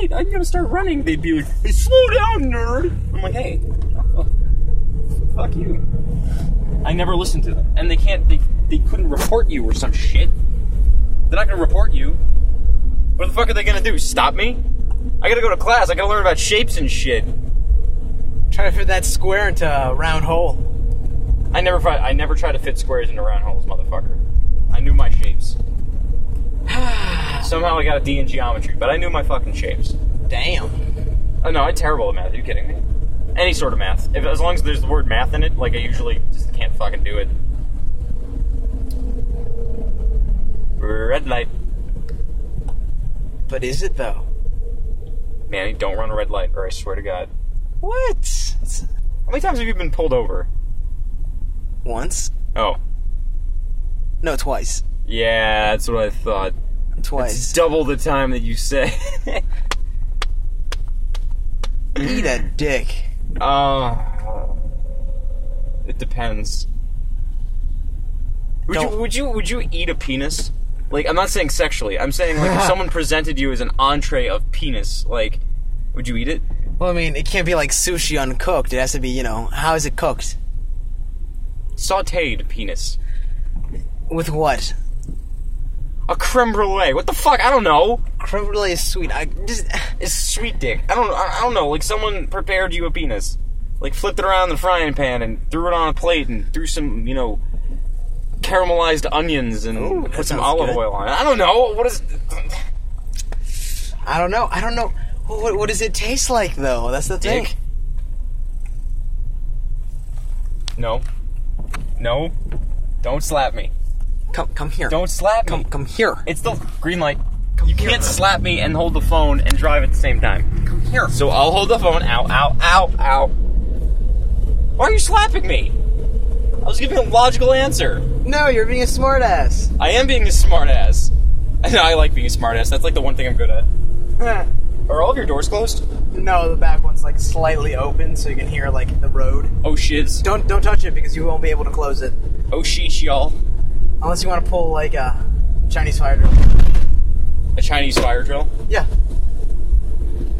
"Hey, I'm gonna start running. They'd be like, hey, slow down, nerd. I'm like, hey, oh, fuck you. I never listened to them. And they can't, they, they couldn't report you or some shit. They're not gonna report you. What the fuck are they gonna do? Stop me? I gotta go to class. I gotta learn about shapes and shit. Trying to fit that square into a round hole. I never fi- I never try to fit squares into round holes, motherfucker. I knew my shapes. Somehow I got a D in geometry, but I knew my fucking shapes. Damn. Oh no, I'm terrible at math. Are you kidding me? Any sort of math, if, as long as there's the word math in it, like I usually just can't fucking do it. Red light, But is it though? Manny. Don't run a red light, or I swear to God. What? It's- How many times have you been pulled over? Once? Oh, No, twice. yeah, that's what I thought. It's Twice. double the time that you say. Eat a dick. Uh, it depends. Would you Don't- would you would you eat a penis? Like I'm not saying sexually. I'm saying like if someone presented you as an entree of penis, like would you eat it? Well, I mean, it can't be like sushi uncooked. It has to be, you know, how is it cooked? Sauteed penis. With what? A creme brulee. What the fuck? I don't know. Creme brulee is sweet. I just It's sweet dick. I don't I, I don't know. Like someone prepared you a penis. Like flipped it around in the frying pan and threw it on a plate and threw some, you know, caramelized onions and Ooh, that put some sounds olive good. oil on it. I don't know. What is I don't know. I don't know. What, what, what does it taste like though? That's the thing. Dick. No. No. Don't slap me. Come come here. Don't slap come me. come here. It's still green light. You here. can't slap me and hold the phone and drive at the same time. Come here. So I'll hold the phone. Ow, ow, ow, ow. Why are you slapping me? I was giving a logical answer. No, you're being a smartass. I am being a smartass. And I like being a smartass. That's like the one thing I'm good at. Are all of your doors closed? no, the back one's like slightly open so you can hear like the road. Oh shiz. Don't don't touch it because you won't be able to close it Oh sheesh, y'all. unless you want to pull like a Chinese fire drill. A Chinese fire drill. Yeah.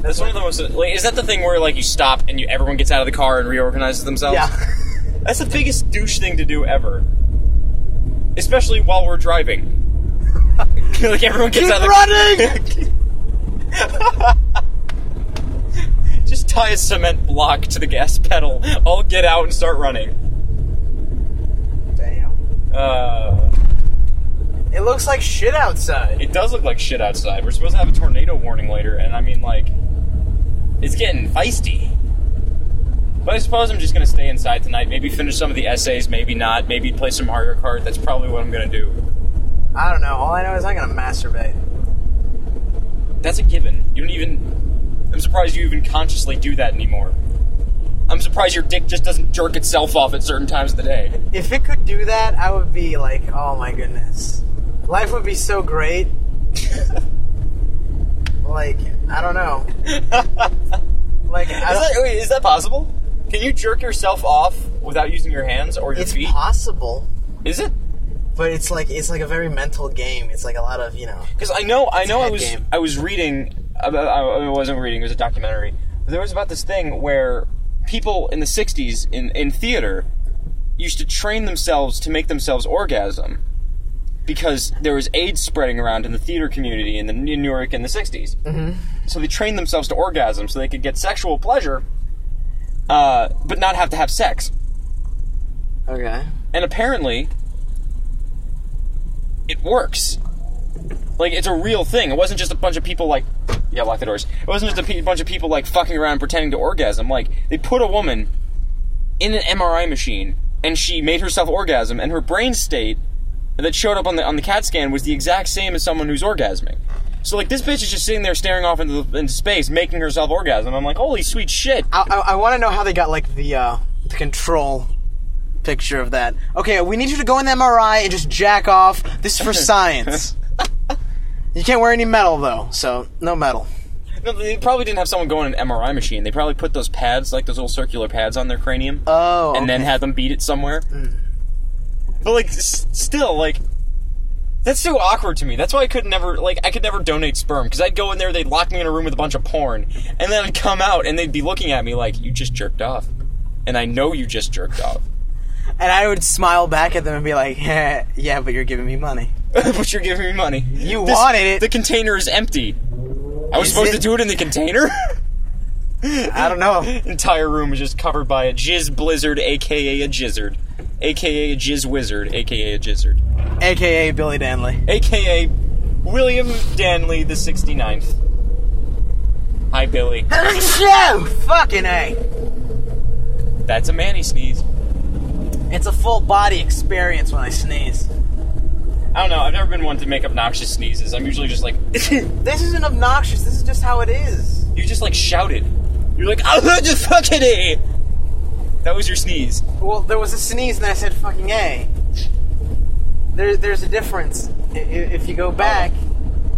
That's one of the most. Like, is that the thing where like you stop and you everyone gets out of the car and reorganizes themselves? Yeah. That's the biggest douche thing to do ever. Especially while we're driving. like everyone gets Keep out of the running. Just tie a cement block to the gas pedal. All get out and start running. Damn. Uh, It looks like shit outside. it does look like shit outside. We're supposed to have a tornado warning later, and I mean like, it's getting feisty. But I suppose I'm just gonna stay inside tonight. Maybe finish some of the essays. Maybe not. Maybe play some Mario Kart. That's probably what I'm gonna do. I don't know. All I know is I'm gonna masturbate. That's a given. You don't even. I'm surprised you even consciously do that anymore. I'm surprised your dick just doesn't jerk itself off at certain times of the day. If it could do that, I would be like, oh my goodness. Life would be so great. like, I don't know. like, I Is that, don't, wait, is that possible? Can you jerk yourself off without using your hands or your it's feet? possible, is it? but it's like it's like a very mental game. It's like a lot of you know. Because I know, I know, I head was, game. I was reading. I, I I wasn't reading. It was a documentary. There was about this thing where people in the '60s in in theater used to train themselves to make themselves orgasm because there was AIDS spreading around in the theater community in the in New York in the '60s. Mm-hmm. So they trained themselves to orgasm so they could get sexual pleasure, uh, but not have to have sex. Okay. And apparently, it works. Like it's a real thing. It wasn't just a bunch of people like, yeah, lock the doors. It wasn't just a pe- bunch of people like fucking around pretending to orgasm. Like they put a woman in an MRI machine and she made herself orgasm, and her brain state that showed up on the on the CAT scan was the exact same as someone who's orgasming. So like this bitch is just sitting there staring off into, the, into space, making herself orgasm. I'm like, holy sweet shit. I I, I want to know how they got like the uh, the control picture of that. Okay, we need you to go in the MRI and just jack off. This is for science. you can't wear any metal though, so no metal. No, they probably didn't have someone going in an MRI machine. They probably put those pads, like those little circular pads, on their cranium. Oh, Hmm. and then had them beat it somewhere. But like, s- still, like, That's so awkward to me. That's why I could never like I could never donate sperm because I'd go in there, they'd lock me in a room with a bunch of porn, and then I'd come out and they'd be looking at me like you just jerked off, and I know you just jerked off, And I would smile back at them and be like, yeah, but you're giving me money. but you're giving me money. You wanted it. The container is empty. I was Is supposed it- to do it in the container. I don't know. Entire room is just covered by a jizz blizzard, aka a jizzard, aka a jizz wizard, aka a jizzard, AKA Billy Danley. aka William Danley the 69th. Hi, Billy. Fucking A. That's a Manny sneeze. It's a full body experience when I sneeze. I don't know. I've never been one to make obnoxious sneezes. I'm usually just like, This isn't obnoxious, this is just how it is. you just like shouted. You're like, I heard you fucking A. That was your sneeze. Well, there was a sneeze and I said fucking A. There, there's a difference. I- i- If you go back,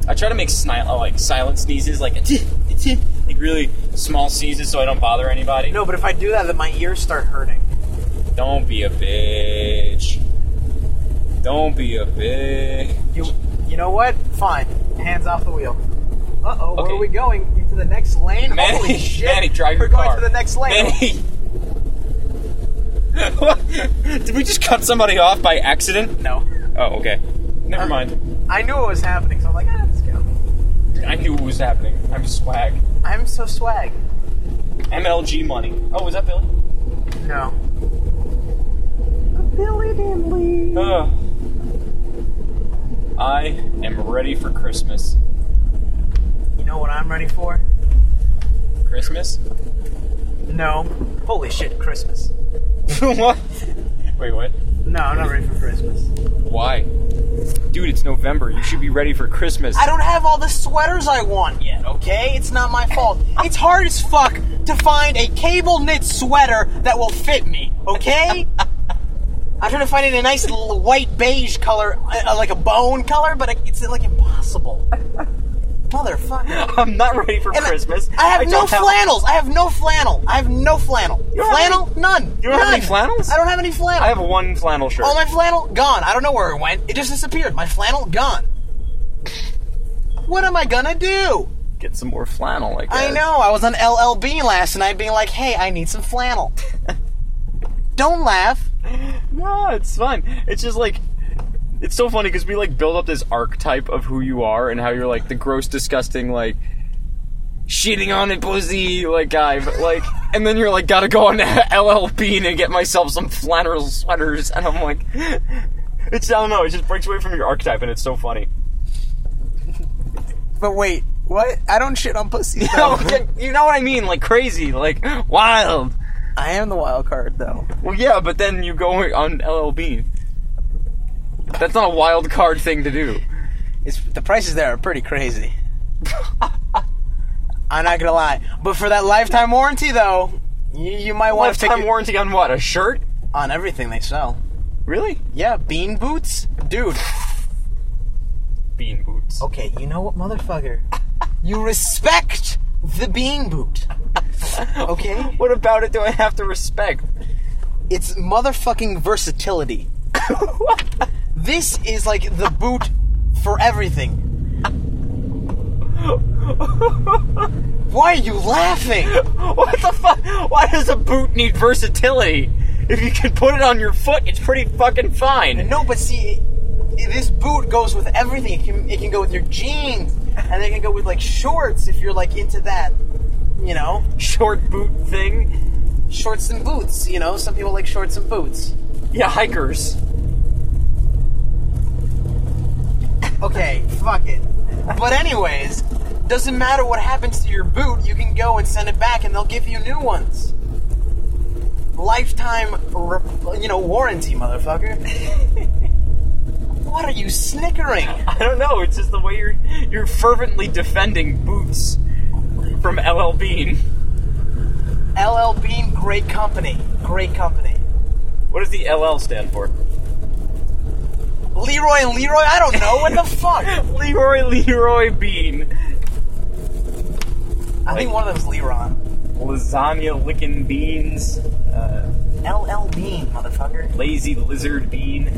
I try to make sni- uh, like silent sneezes, like like really small sneezes, so I don't bother anybody. no, but if I do that, then my ears start hurting. Don't be a bitch. Don't be a bitch. You, you know what? Fine. Hands off the wheel. Uh oh, where Okay. are we going? Into the next lane? Manny, Holy shit. Manny, drive We're your going car. to the next lane. Manny. Did we just cut somebody off by accident? No. Oh, okay. Never mind. I knew it was happening, so I'm like, ah, let's go. I knew what was happening. I'm swag. I'm so swag. MLG money. Oh, was that Billy? No. Billy Dimbley. Ugh. Uh. I am ready for Christmas. You know what I'm ready for? Christmas? No. Holy shit, Christmas. what? Wait, what? No, I'm not ready for Christmas. Why? Dude, it's November. You should be ready for Christmas. I don't have all the sweaters I want yet, okay? It's not my fault. It's hard as fuck to find a cable knit sweater that will fit me, okay? I'm trying to find it a nice little white beige color, uh, uh, like a bone color, but it's like impossible. Motherfucker. I'm not ready for And I- Christmas. I have no don't flannels. I have no flannel. I have no flannel. don't have flannel? None. You don't have any None. flannels? I don't have any flannel. I have one flannel shirt. All Oh my flannel gone. I don't know where it went. It just disappeared. My flannel gone. What am I gonna do? Get some more flannel, I guess. I know. I was on LLB last night, being like, "Hey, I need some flannel." don't laugh. No, it's fun. It's just like it's so funny because we like build up this archetype of who you are and how you're like the gross, disgusting, like shitting on it pussy like guy, but like, and then you're like, gotta go on LL Bean and get myself some flannel sweaters, and I'm like, it's I don't know, it just breaks away from your archetype, and it's so funny. But wait, what? I don't shit on pussy. No, you know what I mean, like crazy, like wild. I am the wild card, though. Well, yeah, but then you go on LL Bean. That's not a wild card thing to do. It's the prices there are pretty crazy. I'm not gonna lie, but for that lifetime warranty, though, you, you might want to take Lifetime it warranty on what? A shirt? on everything they sell. Really? Yeah, bean boots, dude. Bean boots. Okay, you know what, motherfucker? You respect the bean boot. Okay? What about it do I have to respect? It's motherfucking versatility. this is like the boot for everything. Why are you laughing? What the fuck? Why does a boot need versatility? If you can put it on your foot, it's pretty fucking fine. No, but see, i- this boot goes with everything. It can, it can go with your jeans, and it can go with like shorts if you're like into that. You know, Short boot thing? shorts and boots. You know, some people like shorts and boots. Yeah, hikers. Okay, fuck it. But anyways, doesn't matter what happens to your boot, you can go and send it back and they'll give you new ones. Lifetime, re- you know, warranty, motherfucker. what are you snickering? I don't know, it's just the way you're you're fervently defending boots from LL Bean. LL Bean, great company. Great company. What does the LL stand for? Leroy and Leroy, I don't know. What the fuck? Leroy Leroy Bean. I think one of them's Leron. Lasagna licking beans. Uh, LL Bean, motherfucker. lazy lizard bean.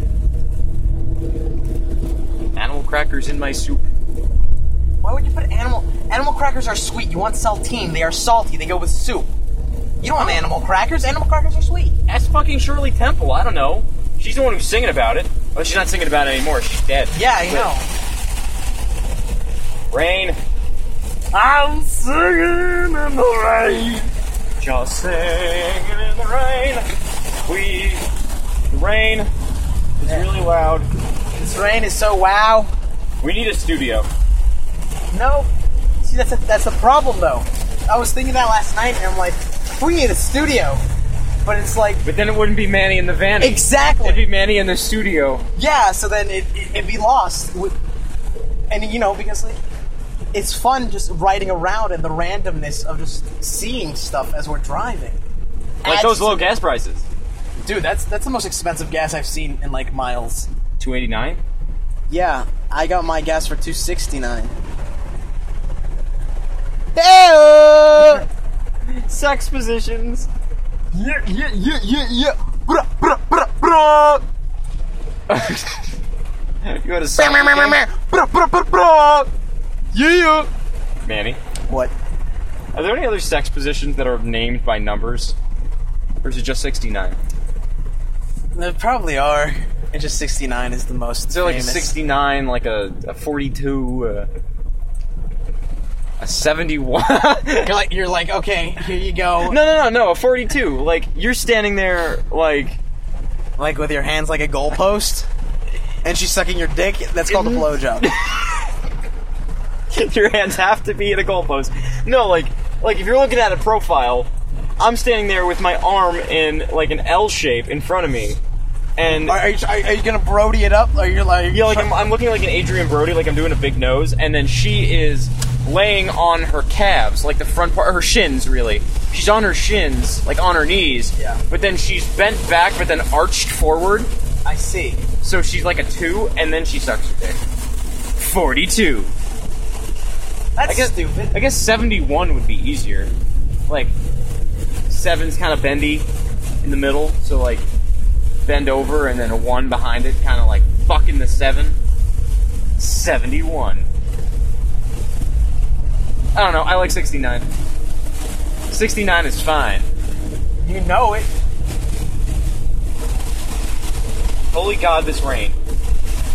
I crackers in my soup. Why would you put animal? Animal crackers are sweet. You want saltine. They are salty. They go with soup. You don't want animal crackers. Animal crackers are sweet. Ask fucking Shirley Temple. I don't know. She's the one who's singing about it. Well, she's not singing about it anymore. She's dead. Yeah, I know. Rain. I'm singing in the rain. Just singing in the rain. We. The rain is really loud. This rain is so wow. We need a studio. No. See, that's a, that's the problem though. I was thinking that last night, and I'm like, we need a studio. But it's like But then it wouldn't be Manny in the van. It'd be exactly Manny in the studio. yeah. So then it, it it'd be lost. With- And you know because like, it's fun just riding around and the randomness of just seeing stuff as we're driving. Like Adds those to- low gas prices. dude. That's that's the most expensive gas I've seen in like miles. 289? Yeah, I got my gas for two sixty nine. Hey! Sex positions. Yeah, yeah, yeah, yeah, yeah. Bruh, bruh, bruh, bruh. You had a song. Bruh, bruh, bruh, bruh. Yeah. Manny. What? Are there any other sex positions that are named by numbers? Or is it just 69? There probably are. It's just sixty nine is the most. Is there like famous. a 69, like a, a 42, uh, a 71? no, You're like, you're like, okay, here you go. no, no, no, a 42. Like, you're standing there, like, Like with your hands like a goalpost, and she's sucking your dick. That's called a Mm-hmm. blowjob. your hands have to be at a goalpost. No, like, like if you're looking at a profile, I'm standing there with my arm in, like, an L shape in front of me. And Are, are, you, are, are you gonna Brody it up? Are you like, Yeah, like I'm, I'm looking like an Adrian Brody, like I'm doing a big nose, and then she is laying on her calves, like the front part, her shins, really. She's on her shins, like on her knees. Yeah. But then she's bent back, but then arched forward, I see. so she's like a two, and then she sucks her dick. Forty-two. That's I guess- stupid. I guess seventy-one would be easier. Like seven's kind of bendy in the middle, so like bend over, and then a one behind it, kind of like fucking the seven. Seventy-one. I don't know. I like 69. 69 is fine. You know it. Holy God, this rain.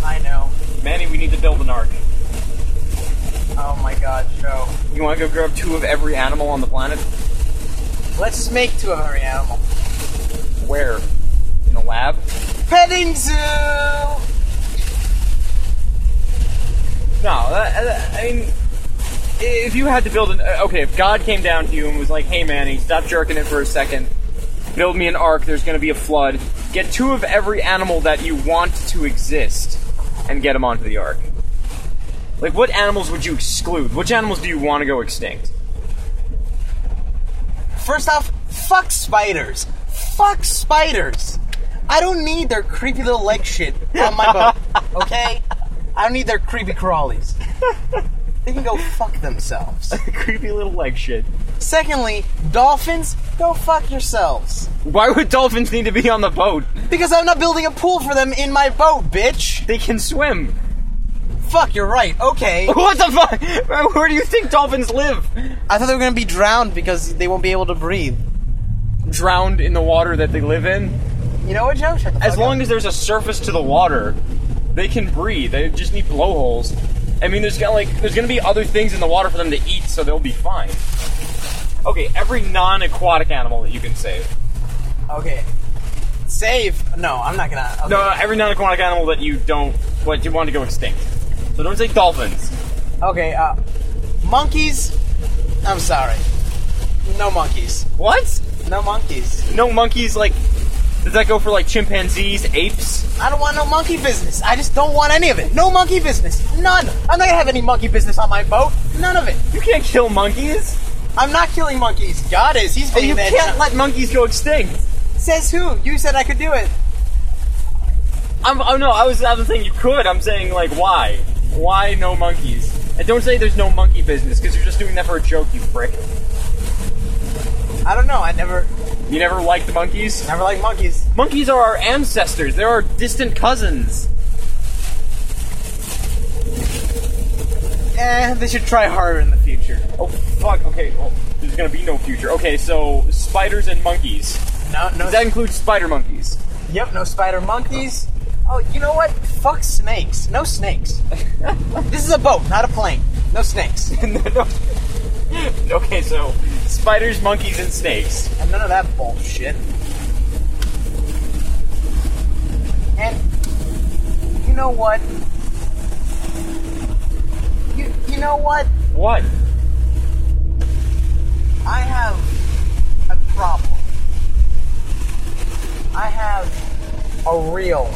I know. Manny, we need to build an ark. Oh my god, Joe. You want to go grab two of every animal on the planet? Let's just make two of every animal. Where? In a lab? Petting zoo! No, that, that- I mean, if you had to build an uh, okay, if God came down to you and was like, "Hey, Manny, stop jerking it for a second. Build me an ark. There's going to be a flood. Get two of every animal that you want to exist, and get them onto the ark." Like, what animals would you exclude? Which animals do you want to go extinct? First off, fuck spiders. Fuck spiders. I don't need their creepy little leg shit on my boat, okay? I don't need their creepy crawlies. They can go fuck themselves. Creepy little leg shit. Secondly, dolphins, go fuck yourselves. Why would dolphins need to be on the boat? Because I'm not building a pool for them in my boat, bitch. They can swim. Fuck, you're right. Okay. What the fuck? Where do you think dolphins live? I thought they were gonna be drowned because they won't be able to breathe. Drowned in the water that they live in? You know what, Joe? Shut the as fuck long up. as there's a surface to the water, they can breathe. They just need blowholes. I mean, there's got like there's gonna be other things in the water for them to eat, so they'll be fine. Okay, every non-aquatic animal that you can save. Okay. Save. No, I'm not gonna. Okay. No, no, every non-aquatic animal that you don't what you want to go extinct. So don't say dolphins. Okay, uh. Monkeys. I'm sorry. No monkeys. What? No monkeys. No monkeys. Like, does that go for like chimpanzees, apes? I don't want no monkey business. I just don't want any of it. No monkey business. None. I'm not gonna have any monkey business on my boat. None of it. You can't kill monkeys. I'm not killing monkeys. God is. He's And been you that. can't let monkeys go extinct. Says who? You said I could do it. I'm, oh no, I was, I was saying you could. I'm saying like why, why no monkeys? And don't say there's no monkey business because you're just doing that for a joke, you prick. I don't know. I never, You never liked monkeys. never liked monkeys. Monkeys are our ancestors. They're our distant cousins. eh, they should try harder in the future. Oh fuck. Okay. Well, there's gonna be no future. Okay. So spiders and monkeys. No, no. Does that include spider monkeys? yep, no spider monkeys. Oh, you know what? Fuck snakes. No snakes. this is a boat, not a plane. No snakes. No, no. okay. So spiders, monkeys, and snakes. And none of that bullshit. And you know what? You you know what? What? I have a problem. I have a real,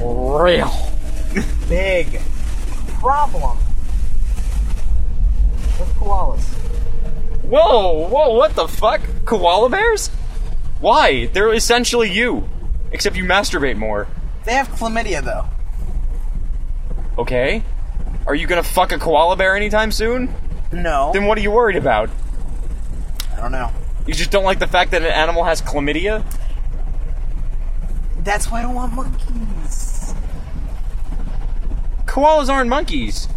Real. big problem with koalas. Whoa! Whoa! What the fuck? Koala bears? Why? They're essentially you, except you masturbate more. They have chlamydia though. Okay. Are you gonna fuck a koala bear anytime soon? No. Then what are you worried about? I don't know. You just don't like the fact that an animal has chlamydia? That's why I don't want monkeys. Koalas aren't monkeys.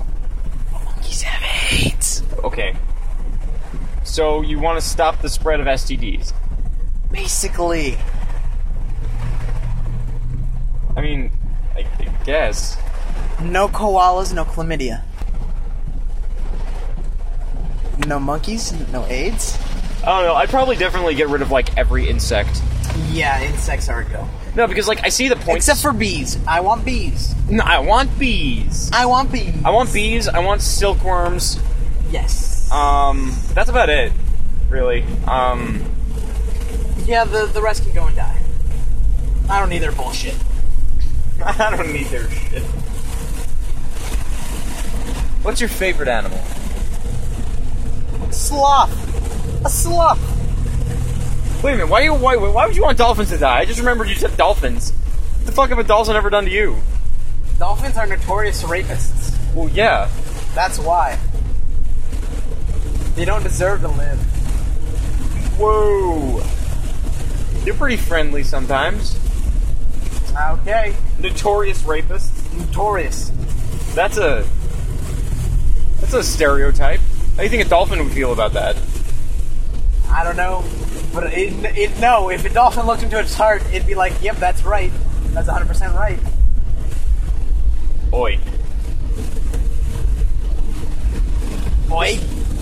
Monkeys have AIDS. Okay. So you want to stop the spread of STDs? Basically. I mean, I, I guess. No koalas, no chlamydia. No monkeys, no AIDS. I don't know. I'd probably definitely get rid of like every insect. Yeah, insects are a go. No, because like I see the point. Except for bees. I want bees. no, I want bees. I want bees. I want bees. I want silkworms. yes. Um, that's about it, really. Um, yeah, the, the rest can go and die. I don't need their bullshit. I don't need their shit. What's your favorite animal? Sloth. A sloth. Wait a minute. Why you? Why? Why would you want dolphins to die? I just remembered you said dolphins. What the fuck have a dolphin ever done to you? Dolphins are notorious rapists. Well, yeah. That's why. They don't deserve to live. Whoa. They're pretty friendly sometimes. Okay. Notorious rapists. Notorious. That's a. That's a stereotype. How do you think a dolphin would feel about that? I don't know, but it, it no. If a dolphin looked into its heart, it'd be like, "Yep, that's right. That's 100 percent right." Oi. Boy,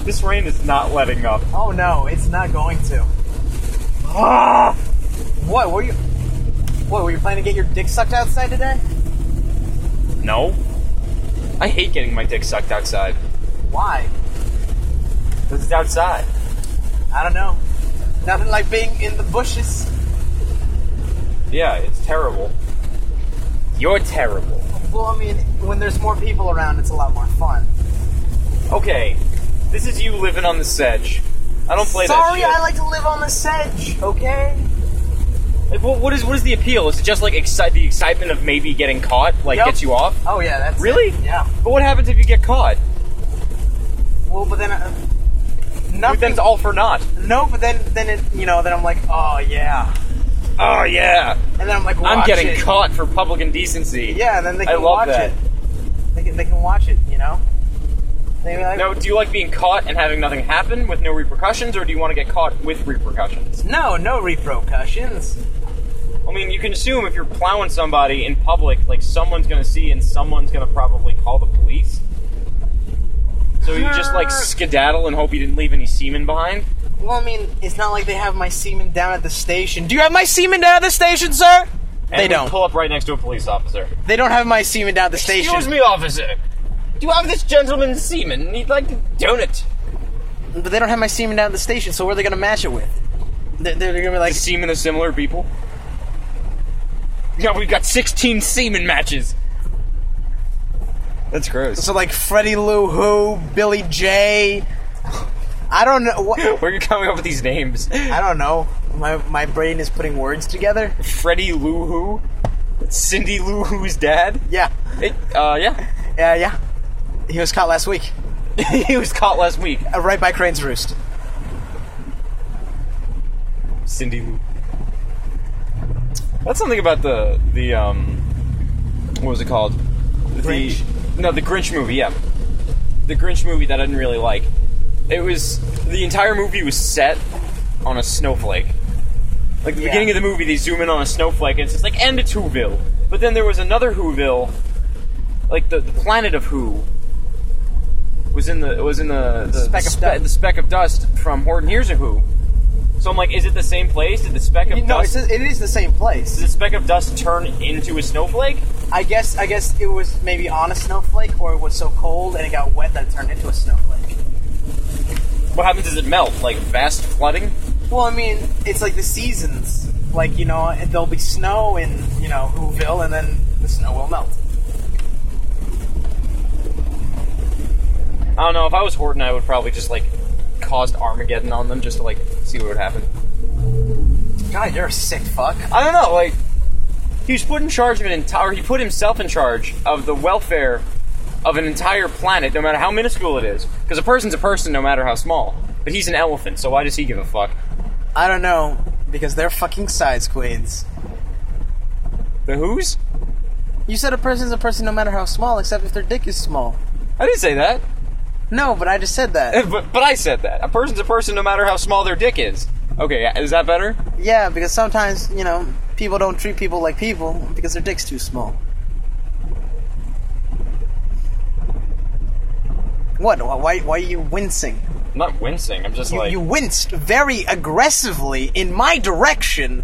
This rain is not letting up. oh no, it's not going to. Ah! What were you? What were you planning to get your dick sucked outside today? No. I hate getting my dick sucked outside. Why? Because it's outside. I don't know. Nothing like being in the bushes. Yeah, it's terrible. You're terrible. Well, I mean, when there's more people around, it's a lot more fun. Okay, this is you living on the sedge. I don't play Sorry, that shit. I like to live on the sedge. Okay. Like, what, what is what is the appeal? Is it just like exci- the excitement of maybe getting caught, like Yep. gets you off? Oh yeah, that's it. Really? Yeah. But what happens if you get caught? Well, but then uh, Nothing. nothing. That's all for naught. No, but then then it you know then I'm like, oh yeah. Oh yeah, And then I'm like, I'm watch getting it. caught for public indecency. Yeah, and then they I love can watch that. it. They can, they can watch it, you know? They be like, Now, do you like being caught and having nothing happen with no repercussions, or do you want to get caught with repercussions? no, no repercussions. I mean, you can assume if you're plowing somebody in public, like someone's gonna see and someone's gonna probably call the police. So you just like skedaddle and hope you didn't leave any semen behind. Well, I mean, it's not like they have my semen down at the station. Do you have my semen down at the station, sir? And they we don't. pull up right next to a police officer. They don't have my semen down at the station. Excuse me, officer. Do you have this gentleman's semen? He'd like to donut. But they don't have my semen down at the station, so where are they going to match it with? They're, they're going to be like, Is semen is similar people? Yeah, we've got 16 semen matches. That's gross. so like Freddie Lou Who, Billy J. I don't know. What, Where are you coming up with these names? I don't know. My, my brain is putting words together. Freddie Lou Who? Cindy Lou Who's dad? Yeah. It, uh, yeah. Yeah, yeah. He was caught last week. he was caught last week. Uh, right by Crane's Roost. Cindy Lou. That's something about the the um, what was it called? The Range. no, the Grinch movie. Yeah, the Grinch movie that I didn't really like. It was the entire movie was set on a snowflake. Like the Yeah. beginning of the movie, they zoom in on a snowflake, and it's just like, and it's Whoville. But then there was another Whoville, like the, the planet of Who, was in the was in the the Speck of spe- dust. the speck of dust from Horton Hears a Who. So I'm like, is it the same place? Did the speck of No, dust? it's, it is the same place. Did the speck of dust turn into a snowflake? I guess I guess it was maybe on a snowflake, or it was so cold and it got wet that it turned into a snowflake. What happens is it melt? Like vast flooding? Well, I mean, it's like the seasons. Like you know, there'll be snow in you know Whoville, and then the snow will melt. I don't know. If I was Horton, I would probably just like caused Armageddon on them just to like see what would happen. God, you're a sick fuck. I don't know. Like he was put in charge of an entire. He put himself in charge of the welfare of an entire planet, no matter how minuscule it is. Because a person's a person, no matter how small. But he's an elephant, so why does he give a fuck? I don't know because they're fucking size queens. The who's? You said a person's a person no matter how small, except if their dick is small. I didn't say that. No, but I just said that. But, but I said that. A person's a person, no matter how small their dick is. Okay, is that better? Yeah, because sometimes you know people don't treat people like people because their dick's too small. What? Why? Why are you wincing? I'm not wincing. I'm just You, like you winced very aggressively in my direction.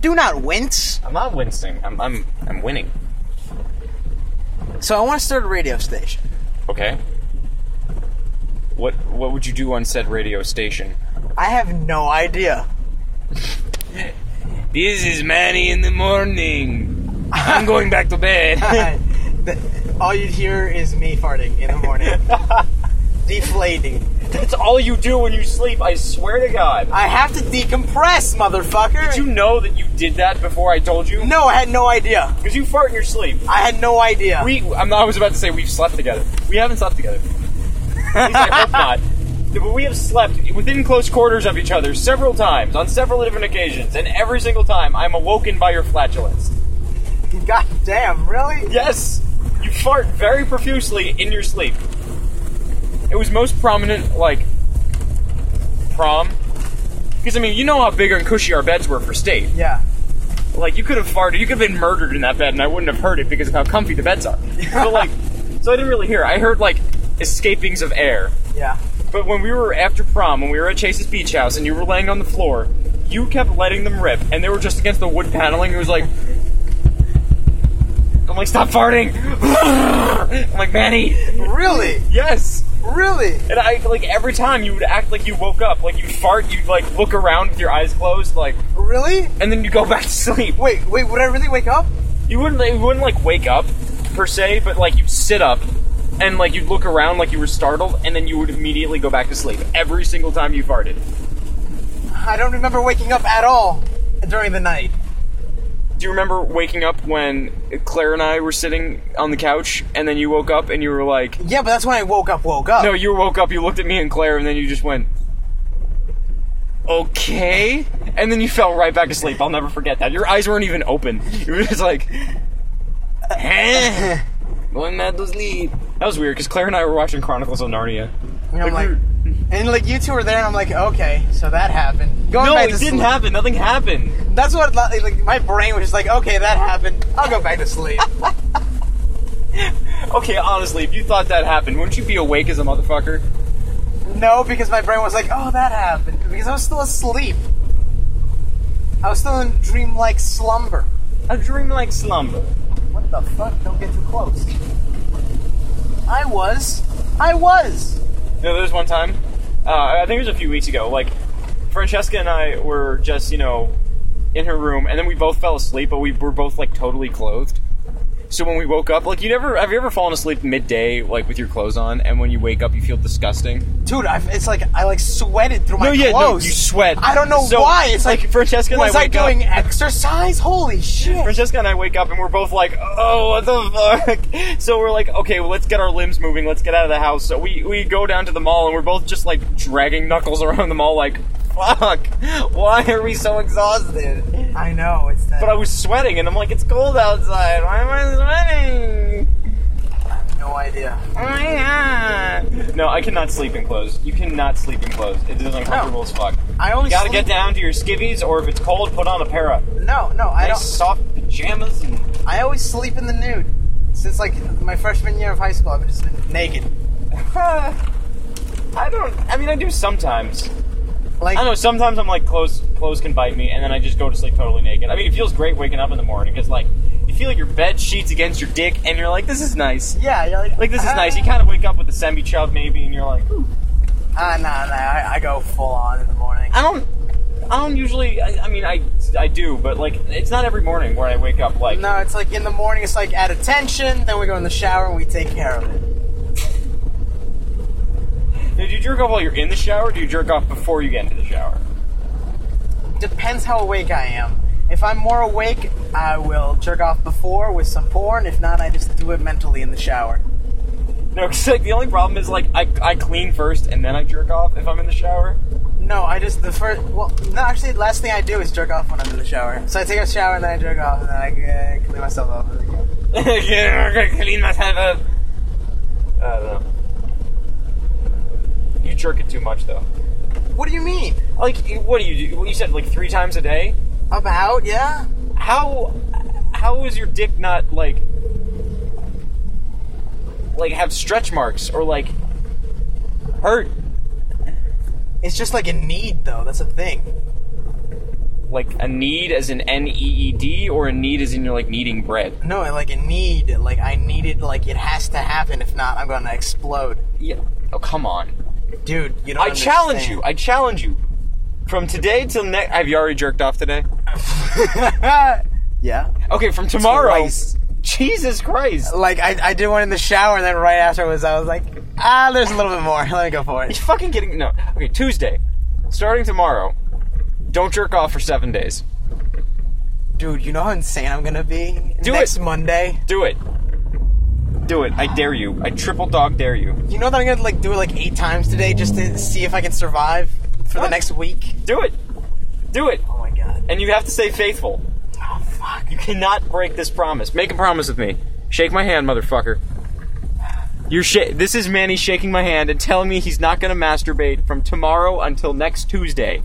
Do not wince. I'm not wincing. I'm I'm I'm winning. So I want to start a radio station. Okay. What what would you do on said radio station? I have no idea. This is Manny in the morning. I'm going back to bed. All you'd hear is me farting in the morning, deflating. That's all you do when you sleep. I swear to God. I have to decompress, motherfucker. Did you know that you did that before I told you? No, I had no idea. Because you fart in your sleep. I had no idea. We. I'm, I was about to say we've slept together. We haven't slept together. At least I hope not. But we have slept within close quarters of each other several times on several different occasions, and every single time I'm awoken by your flatulence. God damn, really? Yes, you fart very profusely in your sleep. It was most prominent, like prom, because I mean, you know how bigger and cushy our beds were for state. Yeah. Like you could have farted, you could have been murdered in that bed, and I wouldn't have heard it because of how comfy the beds are. but like, so I didn't really hear. I heard like escapings of air. Yeah. But when we were after prom, when we were at Chase's beach house, and you were laying on the floor, you kept letting them rip, and they were just against the wood paneling. It was like, I'm like, stop farting. I'm like, Manny, Really? yes. Really? And I like every time you would act like you woke up, like you'd fart, you'd like look around with your eyes closed, like, Really? and then you go back to sleep. Wait, wait, would I really wake up? You wouldn't, you wouldn't like wake up per se, but like you'd sit up. And like you'd look around like you were startled, and then you would immediately go back to sleep every single time you farted. I don't remember waking up at all during the night. Do you remember waking up when Claire and I were sitting on the couch, and then you woke up and you were like, Yeah, but that's when I woke up, woke up. "No, you woke up." You looked at me and Claire, and then you just went, "Okay," and then you fell right back asleep. I'll never forget that. Your eyes weren't even open. You were just like, "Eh, going mad to sleep." That was weird because Claire and I were watching Chronicles of Narnia. And I'm like, Like, and like you two were there, and I'm like, okay, so that happened. Going No, back it to didn't sleep. happen. Nothing happened. That's what like like, my brain was just like, okay, that happened. I'll go back to sleep. Okay, honestly, if you thought that happened, wouldn't you be awake as a motherfucker? no, because my brain was like, oh, that happened, because I was still asleep. I was still in dreamlike slumber. A dreamlike slumber. What the fuck? Don't get too close. I was. I was. No, there was one time. Uh, I think it was a few weeks ago. Like Francesca and I were just, you know, in her room, and then we both fell asleep, but we were both like totally clothed. So when we woke up, like you never have you ever fallen asleep midday, like with your clothes on, and when you wake up, you feel disgusting. Dude, I, it's like I like sweated through my no, yeah, clothes. no, you sweat. I don't know So, why. It's like, Francesca and was I I, wake doing up. exercise? Holy shit! Francesca and I wake up and we're both like, oh, what the fuck? So we're like, okay, well, let's get our limbs moving. Let's get out of the house. So we, we go down to the mall and we're both just like dragging knuckles around the mall, like, fuck, why are we so exhausted? I know it's that. But I was sweating and I'm like, it's cold outside. Why am I sweating? no idea. No, I cannot sleep in clothes. You cannot sleep in clothes. It is uncomfortable as fuck. I only You gotta sleep- get down to your skivvies, or if it's cold, put on a pair of No, no, I nice don't. soft pajamas. And I always sleep in the nude. Since like my freshman year of high school, I've just been naked. Uh, I don't. I mean, I do sometimes. Like I don't know. Sometimes I'm like clothes. Clothes can bite me, and then I just go to sleep totally naked. I mean, it feels great waking up in the morning because like you feel your bed sheets against your dick, and you're like, this is nice. yeah, you're like Like this is ah. nice. You kind of wake up with a semi chub maybe, and you're like, Ah, nah, nah. I, I go full on in the morning. I don't. I don't usually. I, I mean, I I do, but like it's not every morning where I wake up like. No, it's like in the morning. It's like at attention. Then we go in the shower and we take care of it. Do you jerk off while you're in the shower? Or do you jerk off before you get into the shower? Depends how awake I am. If I'm more awake, I will jerk off before with some porn. If not, I just do it mentally in the shower. No, because like the only problem is like I, I clean first and then I jerk off if I'm in the shower. No, I just the first. Well, no, actually, the last thing I do is jerk off when I'm in the shower. So I take a shower and then I jerk off and then I uh, clean myself up. and then go. yeah, I'm gonna clean myself up. I don't know. You jerk it too much though. What do you mean? Like, what do you do? You said like three times a day. About yeah? How how is your dick not like like have stretch marks or like hurt It's just like a need though. That's a thing. like a need as an N E E D or a need as in you're like needing bread? No, like a need. Like I need it. Like it has to happen. If not, I'm gonna explode. Yeah. Oh come on. Dude, you don't. I challenge you. understand. I challenge you. From today till next, have you already jerked off today? yeah. Okay, from tomorrow. Twice. Jesus Christ. Like I, I did one in the shower, and then right afterwards, I was like, ah, there's a little bit more. Let me go for You it. fucking kidding? No. Okay, Tuesday, starting tomorrow, don't jerk off for seven days. Dude, you know how insane I'm gonna be Do next it. Monday. Do it. Do it. I dare you. I triple dog dare you. You know that I'm gonna like do it like eight times today just to see if I can survive for the What? next week. Do it. Do it. Oh my god. And you have to stay faithful. Oh fuck. You cannot break this promise. Make a promise with me. Shake my hand, motherfucker. You're sh- this is Manny shaking my hand and telling me he's not going to masturbate from tomorrow until next Tuesday.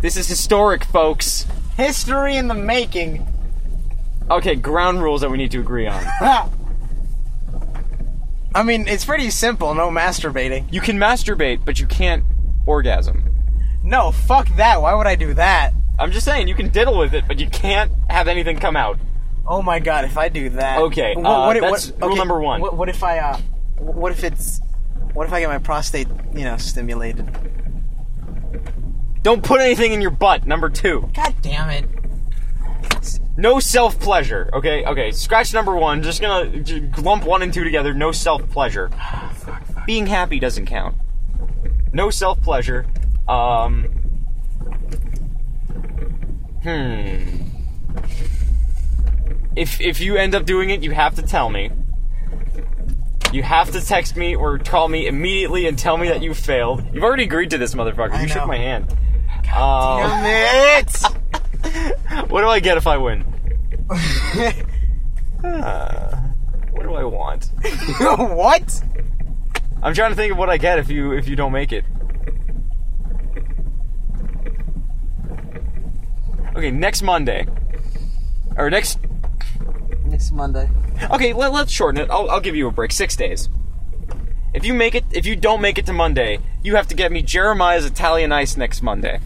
This is historic, folks. History in the making. Okay, ground rules that we need to agree on. Ha. I mean, it's pretty simple. No masturbating. You can masturbate, but you can't orgasm. No, fuck that. Why would I do that? I'm just saying, you can diddle with it, but you can't have anything come out. Oh my god, if I do that. Okay, Wha- uh, if- that's rule number one. What, what if I, uh, wh- what if it's, what if I get my prostate, you know, stimulated? Don't put anything in your butt, number two. God damn it. No self pleasure, okay? Okay, scratch number one, just gonna j- lump one and two together, no self pleasure. Being happy doesn't count. No self pleasure. Um. Hmm. If, if you end up doing it, you have to tell me. You have to text me or call me immediately and tell me that you failed. You've already agreed to this, motherfucker. I you know. shook my hand. Um, Damn it! Oh. what do I get if I win? Uh, what do I want? what? I'm trying to think of what I get if you if you don't make it. Okay, next Monday. Or next Next Monday. Okay, let, let's shorten it. I'll, I'll give you a break. 6 days. If you make it if you don't make it to Monday, you have to get me Jeremiah's Italian Ice next Monday.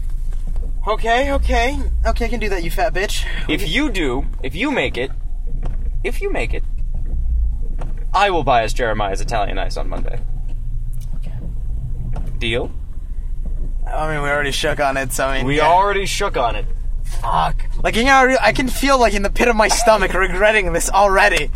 Okay, okay. Okay, I can do that, you fat bitch. If you do, if you make it, if you make it, I will buy us Jeremiah's Italian Ice on Monday. Okay. Deal? I mean, we already shook on it, so I mean. We yeah. already shook on it. Fuck. Like, you know, I can feel, like, in the pit of my stomach regretting this already.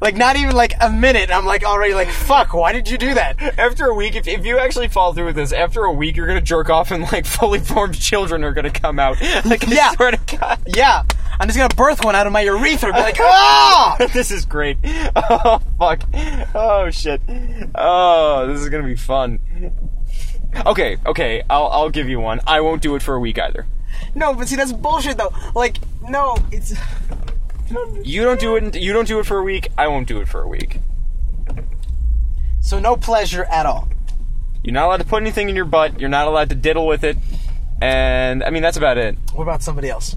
Like, not even, like, a minute. I'm, like, already, like, fuck, why did you do that? After a week, if, if you actually follow through with this, after a week, you're gonna jerk off and like fully formed children are gonna come out. Like, I Yeah. swear to God. Yeah, I'm just gonna birth one out of my urethra. and Be like, ah! this is great. Oh, fuck. Oh, shit. Oh, this is gonna be fun. Okay, okay, I'll, I'll give you one. I won't do it for a week either. No, but see, that's bullshit though. Like, no, it's. You don't do it. You don't do it for a week. I won't do it for a week. So no pleasure at all. You're not allowed to put anything in your butt. You're not allowed to diddle with it. And I mean, that's about it. What about somebody else?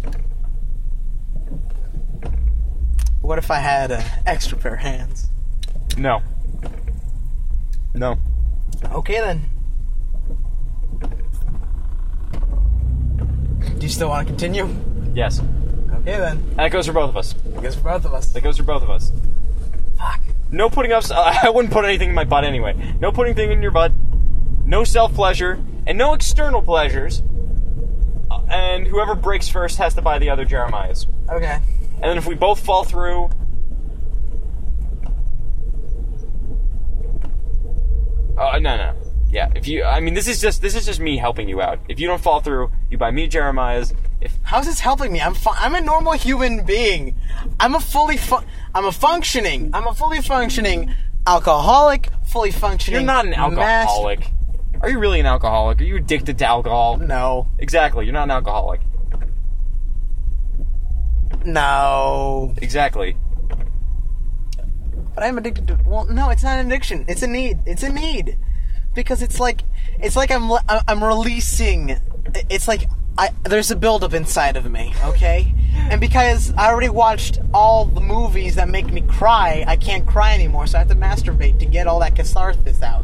What if I had an extra pair of hands? No. No. Okay then. Do you still want to continue? Yes. Okay then. That goes for both of us. I guess for both of us. That goes for both of us. Fuck. No putting up. I wouldn't put anything in my butt anyway. No putting thing in your butt. No self pleasure and no external pleasures. Uh, And whoever breaks first has to buy the other Jeremiah's. Okay. And then if we both fall through, uh, no, no, yeah. If you, I mean, this is just this is just me helping you out. If you don't fall through, you buy me Jeremiah's. If How's this helping me? I'm fu- I'm a normal human being. I'm a fully fu- I'm a functioning. I'm a fully functioning alcoholic. Fully functioning. you're not an mas- alcoholic, are you really an alcoholic? Are you addicted to alcohol? no. Exactly. You're not an alcoholic. No. Exactly. But I'm addicted to. Well, no, it's not an addiction. It's a need. It's a need, because it's like it's like I'm le- I- I'm releasing. It's like I there's a buildup inside of me. Okay, and because I already watched all the movies that make me cry, I can't cry anymore. So I have to masturbate to get all that catharsis out.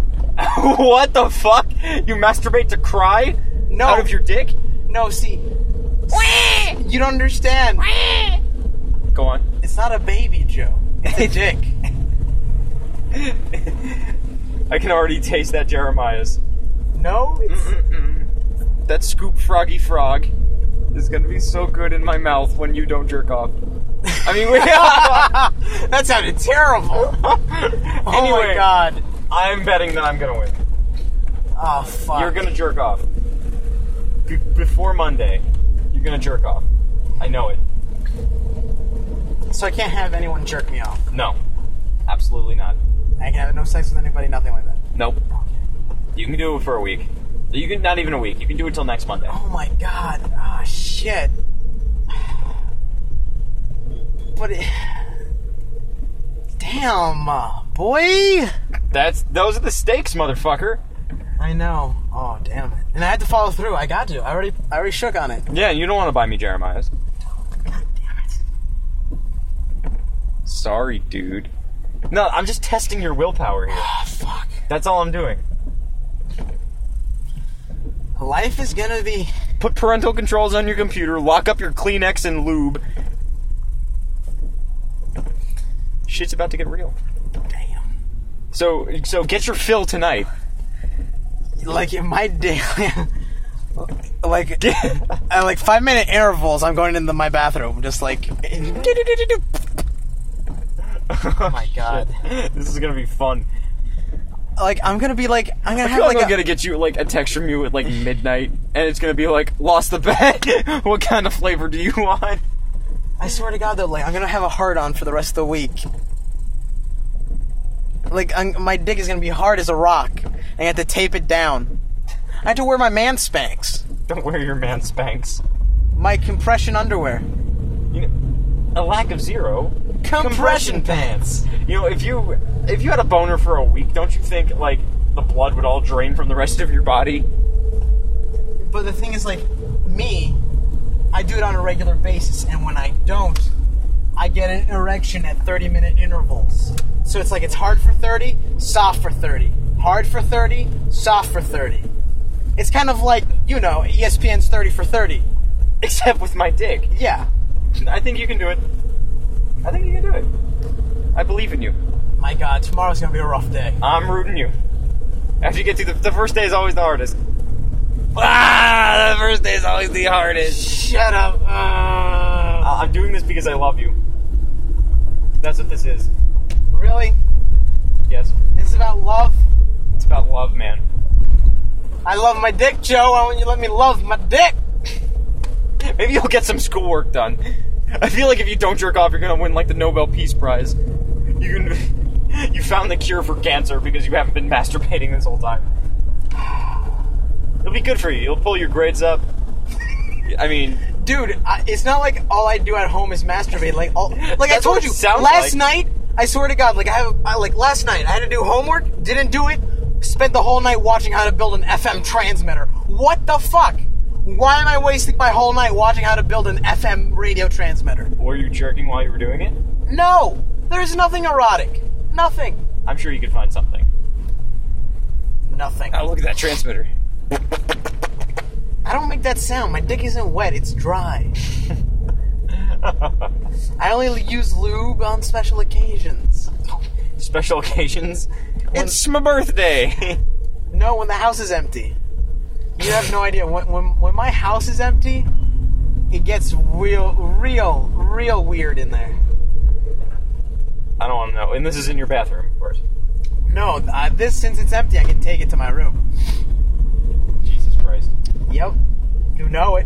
what the fuck? You masturbate to cry? No. Out of your dick? No, see, you don't understand. Go on. It's not a baby, Joe. It's a dick. I can already taste that Jeremiah's. No, it's That scoop froggy frog is gonna be so good in my mouth when you don't jerk off. I mean, we that sounded terrible. oh my Anyway. god. I'm betting that I'm gonna win. Oh fuck. You're gonna jerk off. Be before Monday, you're gonna jerk off. I know it. So I can't have anyone jerk me off. No. Absolutely not. I can have no sex with anybody, nothing like that. Nope. You can do it for a week. You can not even a week. You can do it till next Monday. Oh my god. Ah shit. But it. Damn, uh, boy. That's those are the stakes, motherfucker. I know. Oh damn it. And I had to follow through. I got to. I already, I already shook on it. Yeah, and you don't want to buy me Jeremiah's. Damn it. Sorry, dude. No, I'm just testing your willpower here. Oh fuck. That's all I'm doing. Life is gonna be. Put parental controls on your computer, lock up your Kleenex and lube. Shit's about to get real. Damn. So so get your fill tonight. like in my daily like at like five minute intervals i'm going into my bathroom just like oh my God. This is gonna be fun. like i'm gonna be like i'm gonna I have feel like like I'm a, gonna get you like a text from you at like midnight and it's gonna be like, lost the bet. what kind of flavor do you want? i swear to god though like i'm gonna have a hard on for the rest of the week like I'm, my dick is gonna be hard as a rock and i have to tape it down i have to wear my man spanks Don't wear your man spanks. my compression underwear You know, a lack of zero. pants You know, if you if you had a boner for a week, don't you think like the blood would all drain from the rest of your body? But the thing is, like, me, I do it on a regular basis, and when I don't, I get an erection at 30 minute intervals. So it's like it's hard for 30, soft for 30. Hard for 30, soft for 30. It's kind of like, you know, E ESPN's 30 for 30. Except with my dick. Yeah. I think you can do it. I think you can do it. I believe in you. My god, tomorrow's gonna be a rough day. I'm rooting you. After you get to the, the first day is always the hardest. Ah, the first day is always the hardest. Ah. Shut up. Uh, I- I'm doing this because I love you. That's what this is. really? Yes, This is about love? it's about love, man. I love my dick, Joe. Why won't you let me love my dick? Maybe you'll get some schoolwork done. I feel like if you don't jerk off, you're gonna win like the Nobel Peace Prize. You can, you found the cure for cancer because you haven't been masturbating this whole time. It'll be good for you. You'll pull your grades up. I mean, dude, I, it's not like all I do at home is masturbate. Like, all, like I That's what told it you, sounds last like. night I swear to God, like I have, I, like last night I had to do homework, didn't do it. Spent the whole night watching how to build an FM transmitter. What the fuck? Why am I wasting my whole night watching how to build an FM radio transmitter? Were you jerking while you were doing it? No, there is nothing erotic. Nothing. I'm sure you could find something. Nothing. Oh, look at that transmitter. I don't make that sound. My dick isn't wet. It's dry. I only use lube on special occasions. Special occasions. It's my birthday. No, when the house is empty. You have no idea. When, when, when my house is empty, it gets real, real, real weird in there. I don't want to know. And this is in your bathroom, of course. No, uh, this since it's empty, I can take it to my room. Jesus Christ. Yep. You know it.